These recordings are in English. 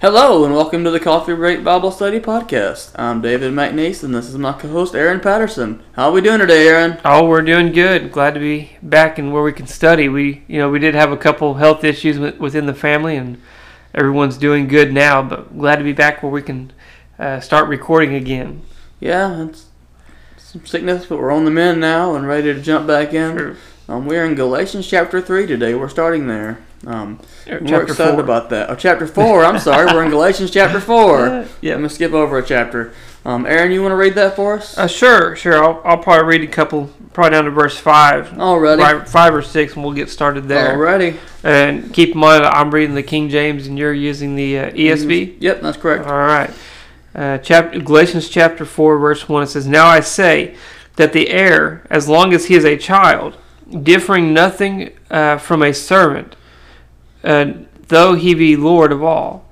Hello and welcome to the Coffee Break Bible Study Podcast. I'm David McNeese and this is my co-host Aaron Patterson. How are we doing today, Aaron? Oh, we're doing good. Glad to be back and where we can study. We, you know, we did have a couple health issues with, within the family, and everyone's doing good now. But glad to be back where we can uh, start recording again. Yeah, it's some sickness, but we're on the mend now and ready to jump back in. Sure. Um, we're in Galatians chapter three today. We're starting there. Um, Or we're excited four. about that. Oh, chapter four. I'm sorry. We're in Galatians chapter four. Yeah. I'm gonna skip over a chapter. Um, Aaron, you want to read that for us? Uh, sure, sure. I'll, I'll probably read a couple, probably down to verse five, Already. five, five or six, and we'll get started there. Already. And keep in mind, I'm reading the King James, and you're using the uh, E ESV. Yep, that's correct. All right. Uh, chapter, Galatians chapter 4, verse 1, it says, Now I say that the heir, as long as he is a child, differing nothing uh, from a servant, uh, though he be Lord of all,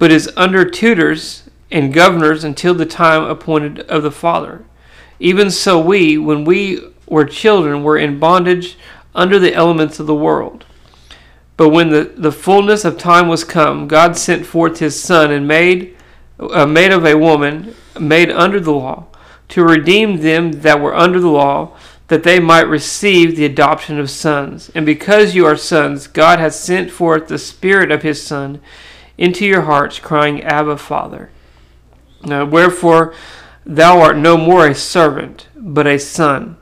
but is under tutors and governors until the time appointed of the Father. Even so, we, when we were children, were in bondage under the elements of the world. But when the, the fullness of time was come, God sent forth his Son, and made, uh, made of a woman, made under the law, to redeem them that were under the law, that they might receive the adoption of sons. And because you are sons, God has sent forth the Spirit of his Son into your hearts, crying, Abba, Father. Now, wherefore, thou art no more a servant, but a son.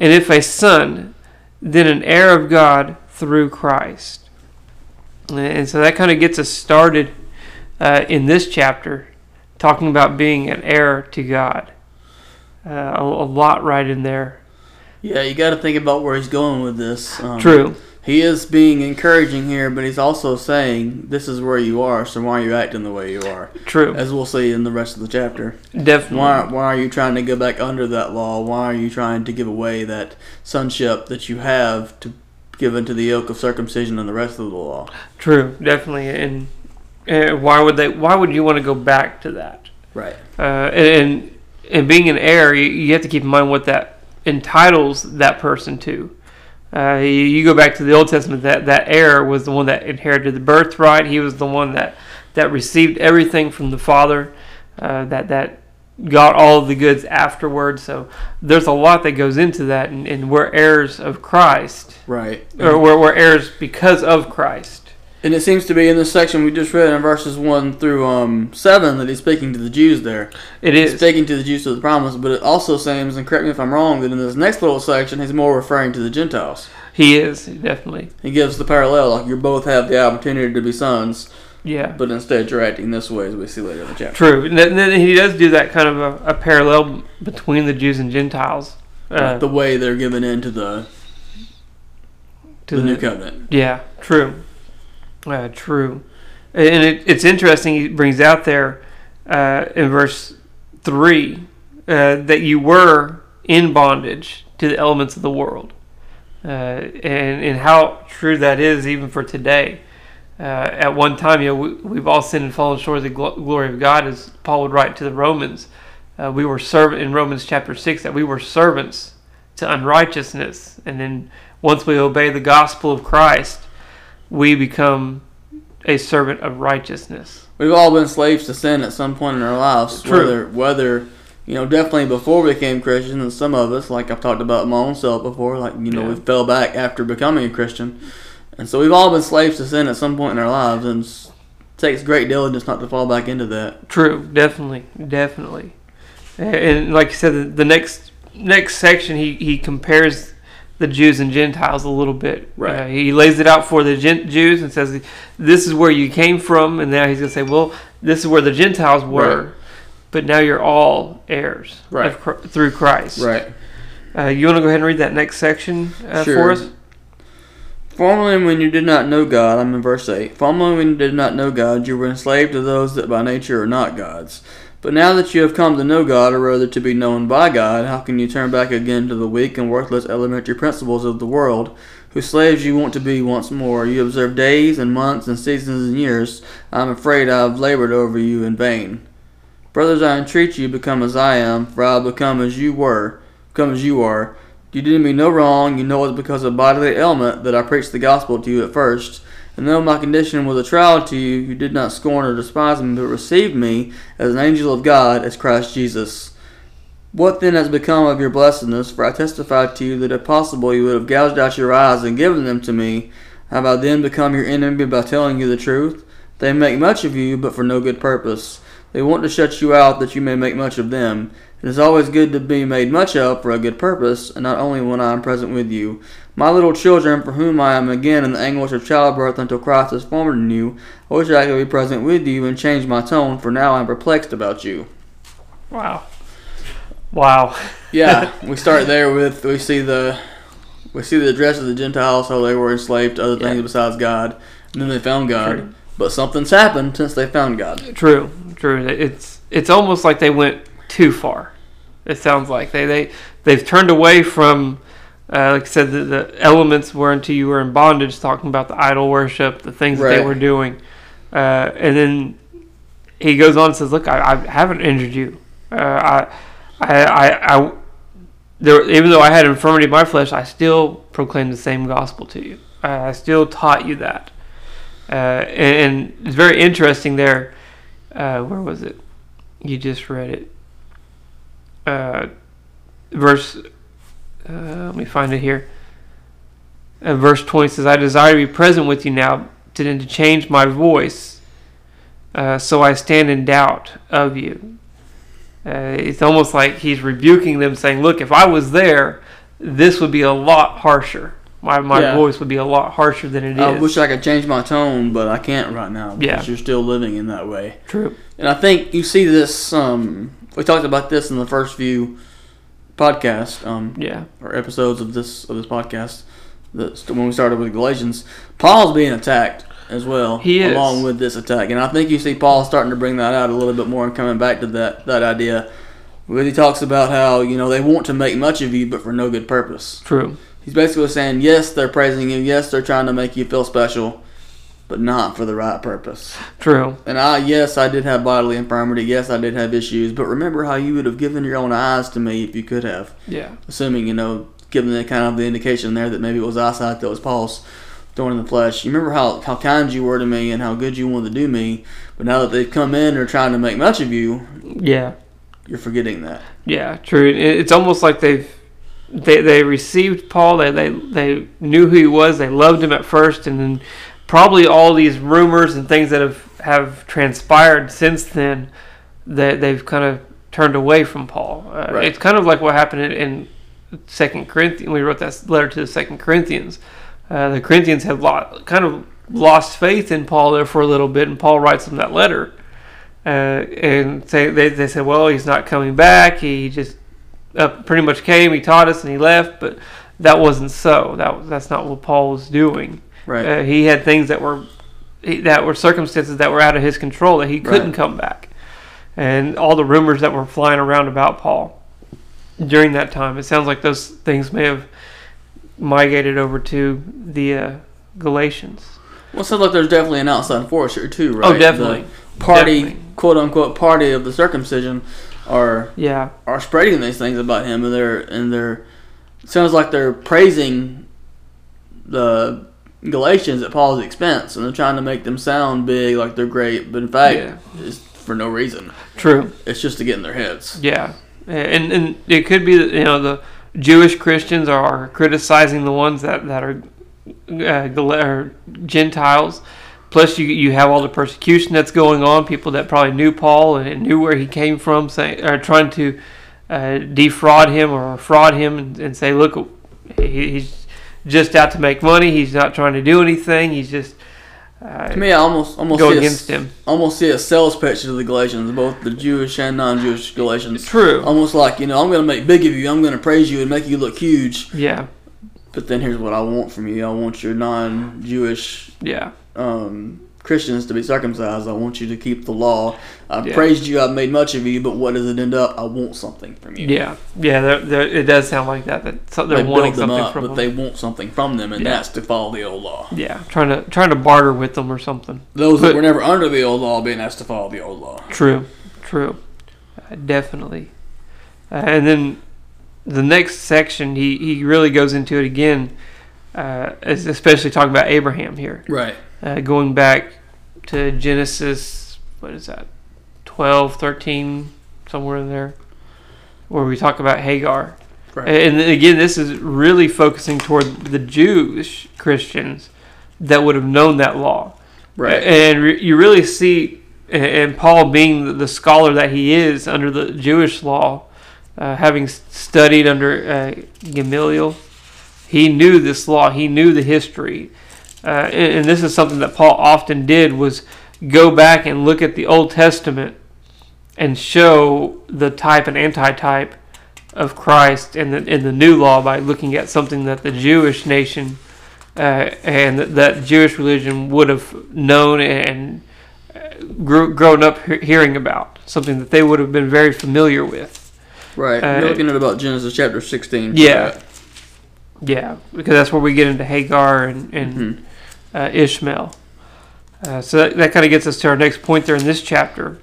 And if a son, then an heir of God through Christ. And so that kind of gets us started uh, in this chapter, talking about being an heir to God. Uh, a, a lot right in there. Yeah, you got to think about where he's going with this. Um, True. He is being encouraging here, but he's also saying this is where you are, so why are you acting the way you are? True. As we'll see in the rest of the chapter. Why Definitely. why are you trying to go back under that law? Why are you trying to give away that sonship that you have to given to the yoke of circumcision and the rest of the law? True. Definitely. And uh, why would they? Why would you want to go back to that? Right. Uh, and and- and being an heir, you, you have to keep in mind what that entitles that person to. Uh, you, you go back to the Old Testament; that that heir was the one that inherited the birthright. He was the one that that received everything from the father. Uh, that that got all of the goods afterward. So there's a lot that goes into that, and, and we're heirs of Christ, Right. or we're, we're heirs because of Christ. And it seems to be in this section we just read in verses one through um, seven that he's speaking to the Jews there. It He's is speaking to the Jews of the promise, but it also seems, and correct me if I'm wrong, that in this next little section he's more referring to the Gentiles. he is definitely He gives the parallel, like you both have the opportunity to be sons, yeah. but instead you're acting this way, as we see later in the chapter. True. And then- then he does do that kind of a, a parallel between the Jews and Gentiles uh, the way they're given into the, to the, new covenant. Yeah, true. Uh, true. And it, it's interesting, he brings out there uh, in verse 3 uh, that you were in bondage to the elements of the world. Uh, and, and how true that is even for today. Uh, at one time, you know, we, we've all sinned and fallen short of the glo- glory of God, as Paul would write to the Romans. Uh, we were servant in Romans chapter six that we were servants to unrighteousness, and then once we obey the gospel of Christ, we become a servant of righteousness. We've all been slaves to sin at some point in our lives. True. Whether, whether, you know, definitely before we became Christians, and some of us, like I've talked about my own self before, like, you know, Yeah. we fell back after becoming a Christian. And so we've all been slaves to sin at some point in our lives, and it takes great diligence not to fall back into that. True, definitely, definitely. And- And like you said, the- the next next section he, he compares the Jews and Gentiles a little bit. Right. Uh, he lays it out for the gen- Jews and says, "This is where you came from," and now he's gonna say, "Well, this is where the Gentiles were, Right. but now you're all heirs of Right. Chri- through Christ." Right. Uh, you want to go ahead and read that next section uh, Sure. for us? Formerly, when you did not know God, I'm in verse 8. Formerly, when you did not know God, you were enslaved to those that by nature are not God's. But now that you have come to know God, or rather to be known by God, how can you turn back again to the weak and worthless elementary principles of the world, whose slaves you want to be once more? You observe days and months and seasons and years. I'm afraid I have labored over you in vain. Brothers, I entreat you, become as I am, for I have become as you were, become as you are. You did me no wrong. You know it's because of bodily ailment that I preached the gospel to you at first. And though my condition was a trial to you, you did not scorn or despise me, but received me as an angel of God, as Christ Jesus. What then has become of your blessedness? For I testify to you that if possible you would have gouged out your eyes and given them to me. Have I then become your enemy by telling you the truth? They make much of you, but for no good purpose. They want to shut you out that you may make much of them. It is always good to be made much of for a good purpose, and not only when I am present with you. My little children, for whom I am again in the anguish of childbirth until Christ is formed in you, I wish I could be present with you and change my tone, for now I am perplexed about you. Wow. Wow. Yeah, we start there with we see the we see the address of the Gentiles, how they were enslaved to other Yeah. things besides God, and then they found God. True. But something's happened since they found God. True. True. It's it's almost like they went too far. It sounds like they they they've turned away from. Uh, like I said, the, the elements whereunto you were in bondage, talking about the idol worship, the things that they Right. were doing. Uh, and then he goes on and says, Look, I, I haven't injured you. Uh, I, I, I, I, there, even though I had infirmity in my flesh, I still proclaimed the same gospel to you. Uh, I still taught you that. Uh, and, and it's very interesting there. Uh, where was it? You just read it. Uh, verse, uh, let me find it here. Uh, verse 20 says, I desire to be present with you now, to, to change my voice, uh, so I stand in doubt of you. Uh, it's almost like he's rebuking them, saying, Look, if I was there, this would be a lot harsher. My, my Yeah. Uh, voice would be a lot harsher than it is. I wish I could change my tone, but I can't right now because Yeah. you're still living in that way. True. And I think you see this. Um, we talked about this in the first few podcast um, Yeah. or episodes of this of this podcast. That's when we started with Galatians. Paul's being attacked as well, He is. along with this attack, and I think you see Paul starting to bring that out a little bit more and coming back to that that idea. Where he talks about how you know they want to make much of you, but for no good purpose. True. He's basically saying yes, they're praising you, yes, they're trying to make you feel special, but not for the right purpose. True. And I, yes, I did have bodily infirmity. Yes, I did have issues. But remember how you would have given your own eyes to me if you could have, Yeah. assuming you know, given the kind of the indication there that maybe it was eyesight that was Paul's thorn in the flesh. You remember how how kind you were to me and how good you wanted to do me. But now that they've come in, they're trying to make much of you. Yeah. You're forgetting that. Yeah, true. It- It's almost like they've they they received Paul. They they they knew who he was. They loved him at first, and then probably all these rumors and things that have have transpired since then. That they've kind of turned away from Paul. Uh, Right. It's kind of like what happened in, in Second Corinthians. We wrote that letter to the Second Corinthians. Uh, the Corinthians had lot, kind of lost faith in Paul there for a little bit, and Paul writes them that letter, uh, and say they, they said, well, he's not coming back. He just uh, pretty much came, he taught us, and he left. But that wasn't so. That was- that's not what Paul was doing. Right. Uh, he had things that were he- that were circumstances that were out of his control that he couldn't Right. come back, and all the rumors that were flying around about Paul during that time. It sounds like those things may have migrated over to the uh, Galatians. Well, it sounds like there's definitely an outside force here too, right? Oh, definitely. The party, Definitely. quote unquote, party of the circumcision, are Yeah, are spreading these things about him, and they're and they're it sounds like they're praising the Galatians at Paul's expense, and they're trying to make them sound big, like they're great, but in fact, Yeah. it's for no reason. true. It's just to get in their heads. Yeah, and and it could be that you know the Jewish Christians are criticizing the ones that that are uh, Gal- or Gentiles. Plus, you you have all the persecution that's going on. People that probably knew Paul and, and knew where he came from, saying are trying to uh, defraud him or fraud him and, and say, look, he, he's just out to make money. He's not trying to do anything. He's just To uh, me, I almost almost go see against a, him. almost see a sales pitch to the Galatians, both the Jewish and non-Jewish Galatians. True. Almost like you know, I'm going to make big of you. I'm going to praise you and make you look huge. Yeah. But then here's what I want from you. I want your non-Jewish Yeah. um, Christians to be circumcised. I want you to keep the law. I Yeah. praised you. I've made much of you, but what does it end up? I want something from you. Yeah, yeah, they're, they're, it does sound like that. That so- they're they wanting build them something up, from but them. they want something from them, and Yeah. that's to follow the old law. yeah, trying to trying to barter with them or something. Those that But- were never under the old law being asked to follow the old law. True, true, uh, definitely. Uh, and then the next section, he he really goes into it again, uh, es- especially talking about Abraham here. Right. uh, going back to Genesis, what is that, 12, 13, somewhere in there, where we talk about Hagar. Right. And then again, this is really focusing toward the Jewish Christians that would have known that law. Right. And re- you really see, and- and Paul being the- the scholar that he is under the Jewish law, uh, having s- studied under uh, Gamaliel, he knew this law. He knew the history, uh, and, and this is something that Paul often did was go back and look at the Old Testament and show the type and antitype of Christ in the in the new law by looking at something that the Jewish nation uh, and that, that Jewish religion would have known and uh, grew, grown up he- hearing about something that they would have been very familiar with. Right. Uh, You're looking at about Genesis chapter 16. for Yeah. that. Yeah, because that's where we get into Hagar and, and Mhm. uh, Ishmael. Uh, so that, that kind of gets us to our next point there in this chapter.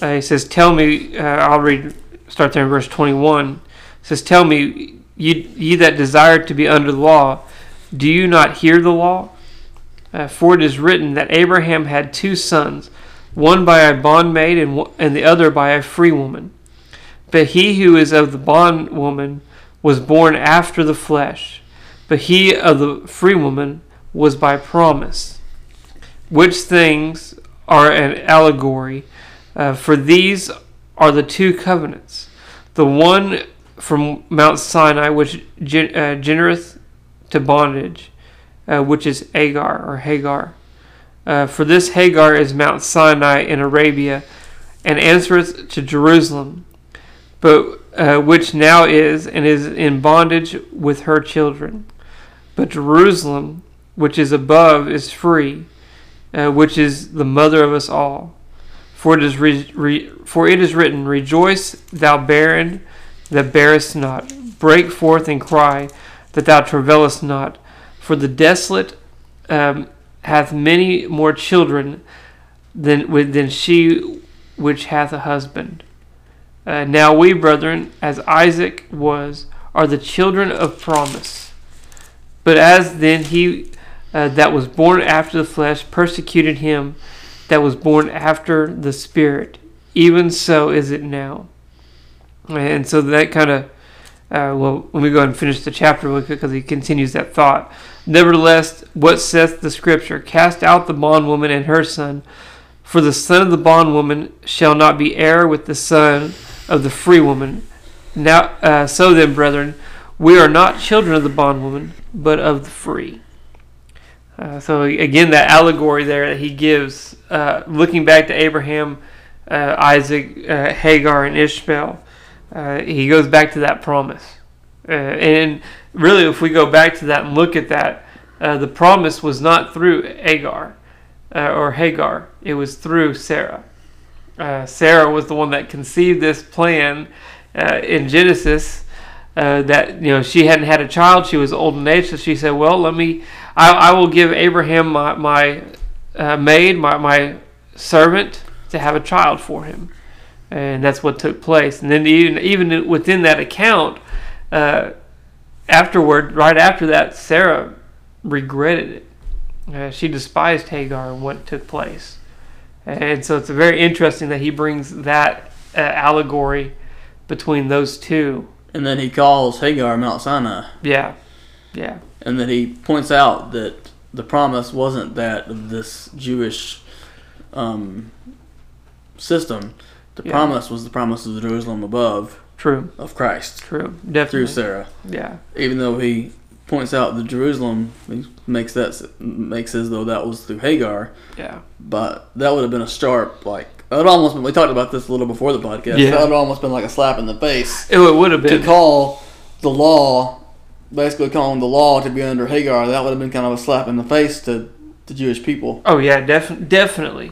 Uh, he says, "Tell me." Uh, I'll read. Start there in verse twenty-one. It says, "Tell me, ye, ye that desire to be under the law, do you not hear the law? Uh, for it is written that Abraham had two sons, one by a bondmaid and one- and the other by a free woman. But he who is of the bondwoman was born after the flesh, but he of the free woman was by promise, which things are an allegory. Uh, for these are the two covenants the one from Mount Sinai, which gen- uh, genereth to bondage, uh, which is Agar or Hagar. Uh, for this Hagar is Mount Sinai in Arabia, and answereth to Jerusalem, but uh, which now is and is in bondage with her children. But Jerusalem, which is above, is free, uh, which is the mother of us all. For it is re- re- for it is written, Rejoice, thou barren, that bearest not; break forth and cry, that thou travailest not. For the desolate um, hath many more children than with, than she which hath a husband. Uh, now we, brethren, as Isaac was, are the children of promise. But as then he uh, that was born after the flesh persecuted him that was born after the Spirit, even so is it now. And so that kind of, uh, well, let me go ahead and finish the chapter really quick because he continues that thought. Nevertheless, what saith the Scripture? Cast out the bondwoman and her son, for the son of the bondwoman shall not be heir with the son of the free woman. Now, uh, so then, brethren, we are not children of the bondwoman, but of the free. Uh, so again, that allegory there that he gives, uh, looking back to Abraham, uh, Isaac, uh, Hagar, and Ishmael, uh, he goes back to that promise. Uh, and really, if we go back to that and look at that, uh, the promise was not through Agar uh, or Hagar; it was through Sarah. Uh, Sarah was the one that conceived this plan uh, in Genesis. Uh, that you know she hadn't had a child; she was old in age, so she said, "Well, let me." I, I will give Abraham my, my uh, maid, my, my servant, to have a child for him. And that's what took place. And then, even, even within that account, uh, afterward, right after that, Sarah regretted it. Uh, she despised Hagar and what took place. And so it's very interesting that he brings that uh, allegory between those two. And then he calls Hagar Mount Sinai. Yeah. Yeah. And then he points out that the promise wasn't that of this Jewish um, system. The Yeah. promise was the promise of Jerusalem above, True. of Christ, True. through Definitely. Sarah. Yeah. Even though he points out the Jerusalem, he makes that s- makes as though that was through Hagar. Yeah. But that would have been a sharp, like, it would almost been, we talked about this a little before the podcast. Yeah. That would have almost been like a slap in the face It would have to been. call the law, basically calling the law to be under Hagar. That would have been kind of a slap in the face to the Jewish people. Oh yeah, def- definitely,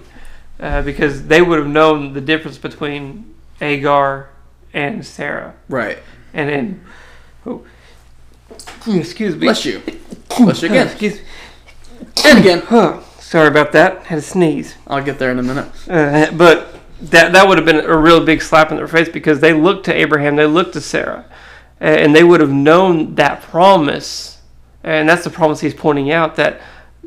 uh, because they would have known the difference between Agar and Sarah, Right. and then, oh, excuse me, Bless you. Bless you again. excuse me, And again. Huh. sorry about that, had a sneeze, I'll get there in a minute. uh, but that that would have been a real big slap in their face because they looked to Abraham, they looked to Sarah, a- and they would have known that promise, and that's the promise he's pointing out that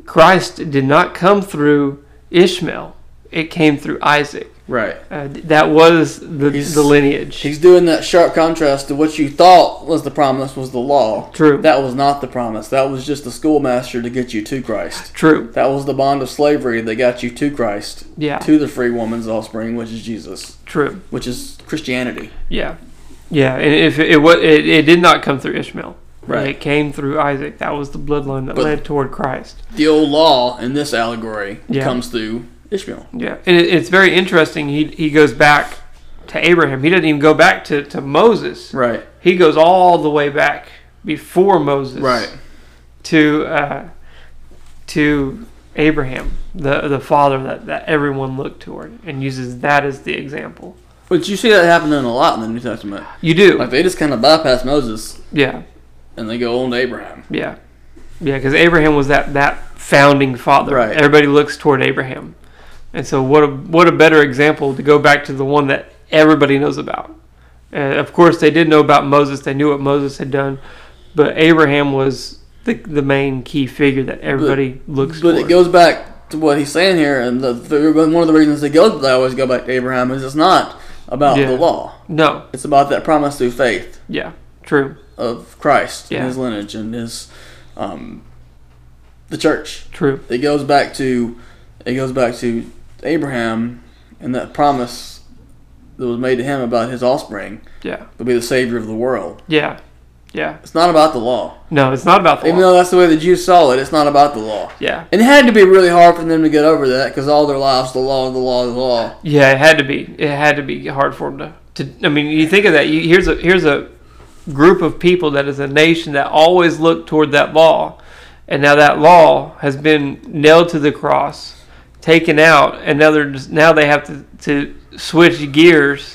Christ did not come through Ishmael; it came through Isaac. Right. Uh, that was the, He's- the lineage. He's doing that sharp contrast to what you thought was the promise was the law. True. That was not the promise. That was just the schoolmaster to get you to Christ. True. That was the bond of slavery that got you to Christ, Yeah. to the free woman's offspring, which is Jesus, True. which is Christianity. Yeah. Yeah. And if it, it was, it, it did not come through Ishmael. Right. It came through Isaac. That was the bloodline that But- led toward Christ. The old law in this allegory Yeah. comes through Ishmael. Yeah, and it, it's very interesting. He he goes back to Abraham. He doesn't even go back to, to Moses. Right. He goes all the way back before Moses. Right. To uh, to Abraham, the the father that, that everyone looked toward, and uses that as the example. But you see that happening a lot in the New Testament. You do. Like they just kind of bypass Moses yeah. and they go on to Abraham. Yeah, yeah, because Abraham was that that founding father. Right. Everybody looks toward Abraham, and so what a what a better example to go back to the one that everybody knows about. And of course, they did know about Moses. They knew what Moses had done, but Abraham was the the main key figure that everybody looks. But toward. it goes back to what he's saying here, and the, the, one of the reasons they go, they always go back to Abraham is it's not about Yeah. the law. no, It's about that promise through faith yeah, true, of Christ Yeah. and His lineage and His, um, the church. true, It goes back to, it goes back to Abraham and that promise that was made to him about his offspring yeah, will be the savior of the world. yeah, yeah. It's not about the law, No, it's not about the even law. though that's the way the Jews saw it. It's not about the law. Yeah, And it had to be really hard for them to get over that because all their lives, the law, the law, the law. Yeah, it had to be. It had to be hard for them to. to I mean, you think of that. You, here's a here's a group of people that is a nation that always looked toward that law, and now that law has been nailed to the cross, taken out, and now they're just, now they have to, to switch gears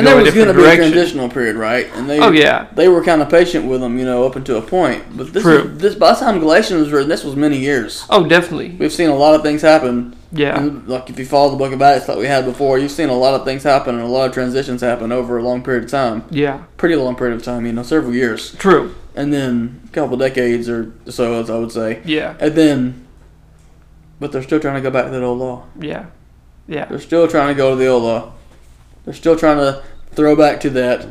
And go there a was going different to be a direction. transitional period, right? And they, oh yeah, they were kind of patient with them, you know, up until a point. But this, True. is, this by the time Galatians was written, this was many years. oh definitely, We've seen a lot of things happen. yeah, And, like if you follow the book of Acts, like we had before, you've seen a lot of things happen and a lot of transitions happen over a long period of time, yeah, pretty long period of time, you know, several years, true, and then a couple decades or so, as I would say, yeah, and then. But they're still trying to go back to that old law. yeah, yeah, They're still trying to go to the old law. They're still trying to throw back to that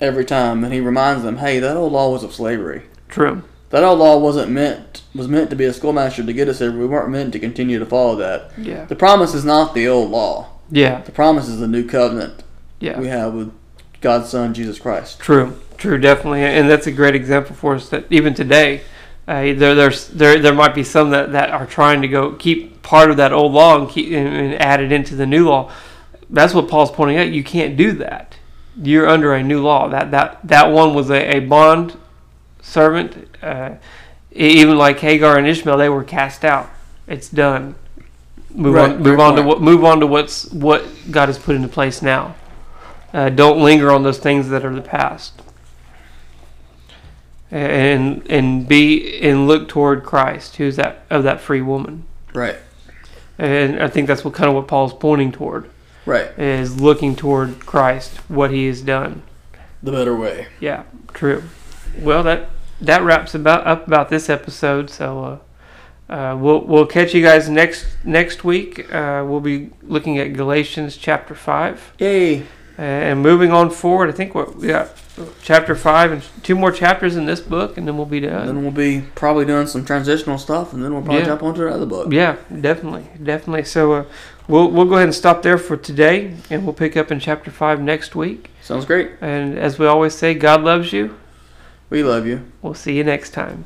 every time, and he reminds them, "Hey, that old law was of slavery. true, That old law wasn't meant was meant to be a schoolmaster to get us there. We weren't meant to continue to follow that. yeah, The promise is not the old law. yeah, The promise is the new covenant yeah. we have with God's Son Jesus Christ. True, true, definitely, and that's a great example for us that even today, uh, there there's there there might be some that, that are trying to go keep part of that old law and keep and, and add it into the new law. That's what Paul's pointing out. You can't do that. You're under a new law. That that that one was a, a bond servant. Uh, e- even like Hagar and Ishmael, they were cast out. It's done. Move Right, on. great Move on to point. what. Move on to what's what God has put into place now. Uh, don't linger on those things that are the past. And and be and look toward Christ, who's that of that free woman. Right. And I think that's what kind of what Paul's pointing toward Right. is looking toward Christ, what He has done. The better way. Yeah, true. Well, that that wraps about up about this episode. So uh, uh, we'll we'll catch you guys next next week. Uh, we'll be looking at Galatians chapter five Yay. and moving on forward. I think what we got chapter five and two more chapters in this book, and then we'll be done. Then we'll be probably doing some transitional stuff, and then we'll probably Yeah. jump onto another book. Yeah, definitely, definitely. So uh, we'll we'll go ahead and stop there for today, and we'll pick up in chapter five next week. Sounds great. And as we always say, God loves you. We love you. We'll see you next time.